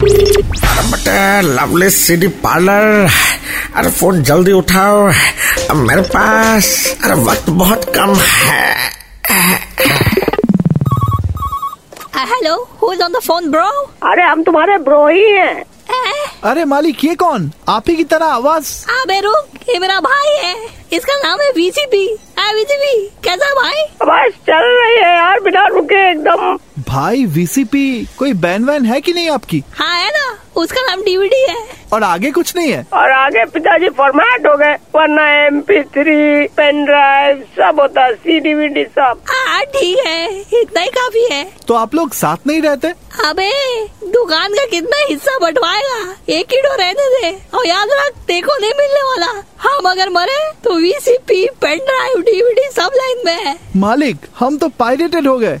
अरे बटे lovely city parlour अरे फोन जल्दी उठाओ अब मेरे पास अरे वक्त बहुत कम है Uh, hello, who's on the phone, bro? अरे हम तुम्हारे ब्रो ही हैं Eh? अरे मालिक ये कौन आप ही की तरह आवाज अबे रुक ये मेरा भाई है इसका नाम है बीसीपी बीसीपी कैसा है भाई बस चल रही है यार बिना रुके एकदम भाई वीसीपी कोई बैन वैन है कि नहीं आपकी हाँ है ना उसका नाम डीवीडी है और आगे कुछ नहीं है और आगे पिताजी फॉर्मेट हो गए वरना M P three pen drive सब होता सी डी वी डी सब हाँ ठीक है इतना ही काफी है तो आप लोग साथ नहीं रहते अबे दुकान का कितना हिस्सा बंटवाएगा एक कीड़ो रहने दे और याद रख देखो नहीं मिलने वाला हम अगर मरे तो वीसीपी पेन ड्राइव डीवीडी सब लाइन में है मालिक हम तो पायरेटेड हो गए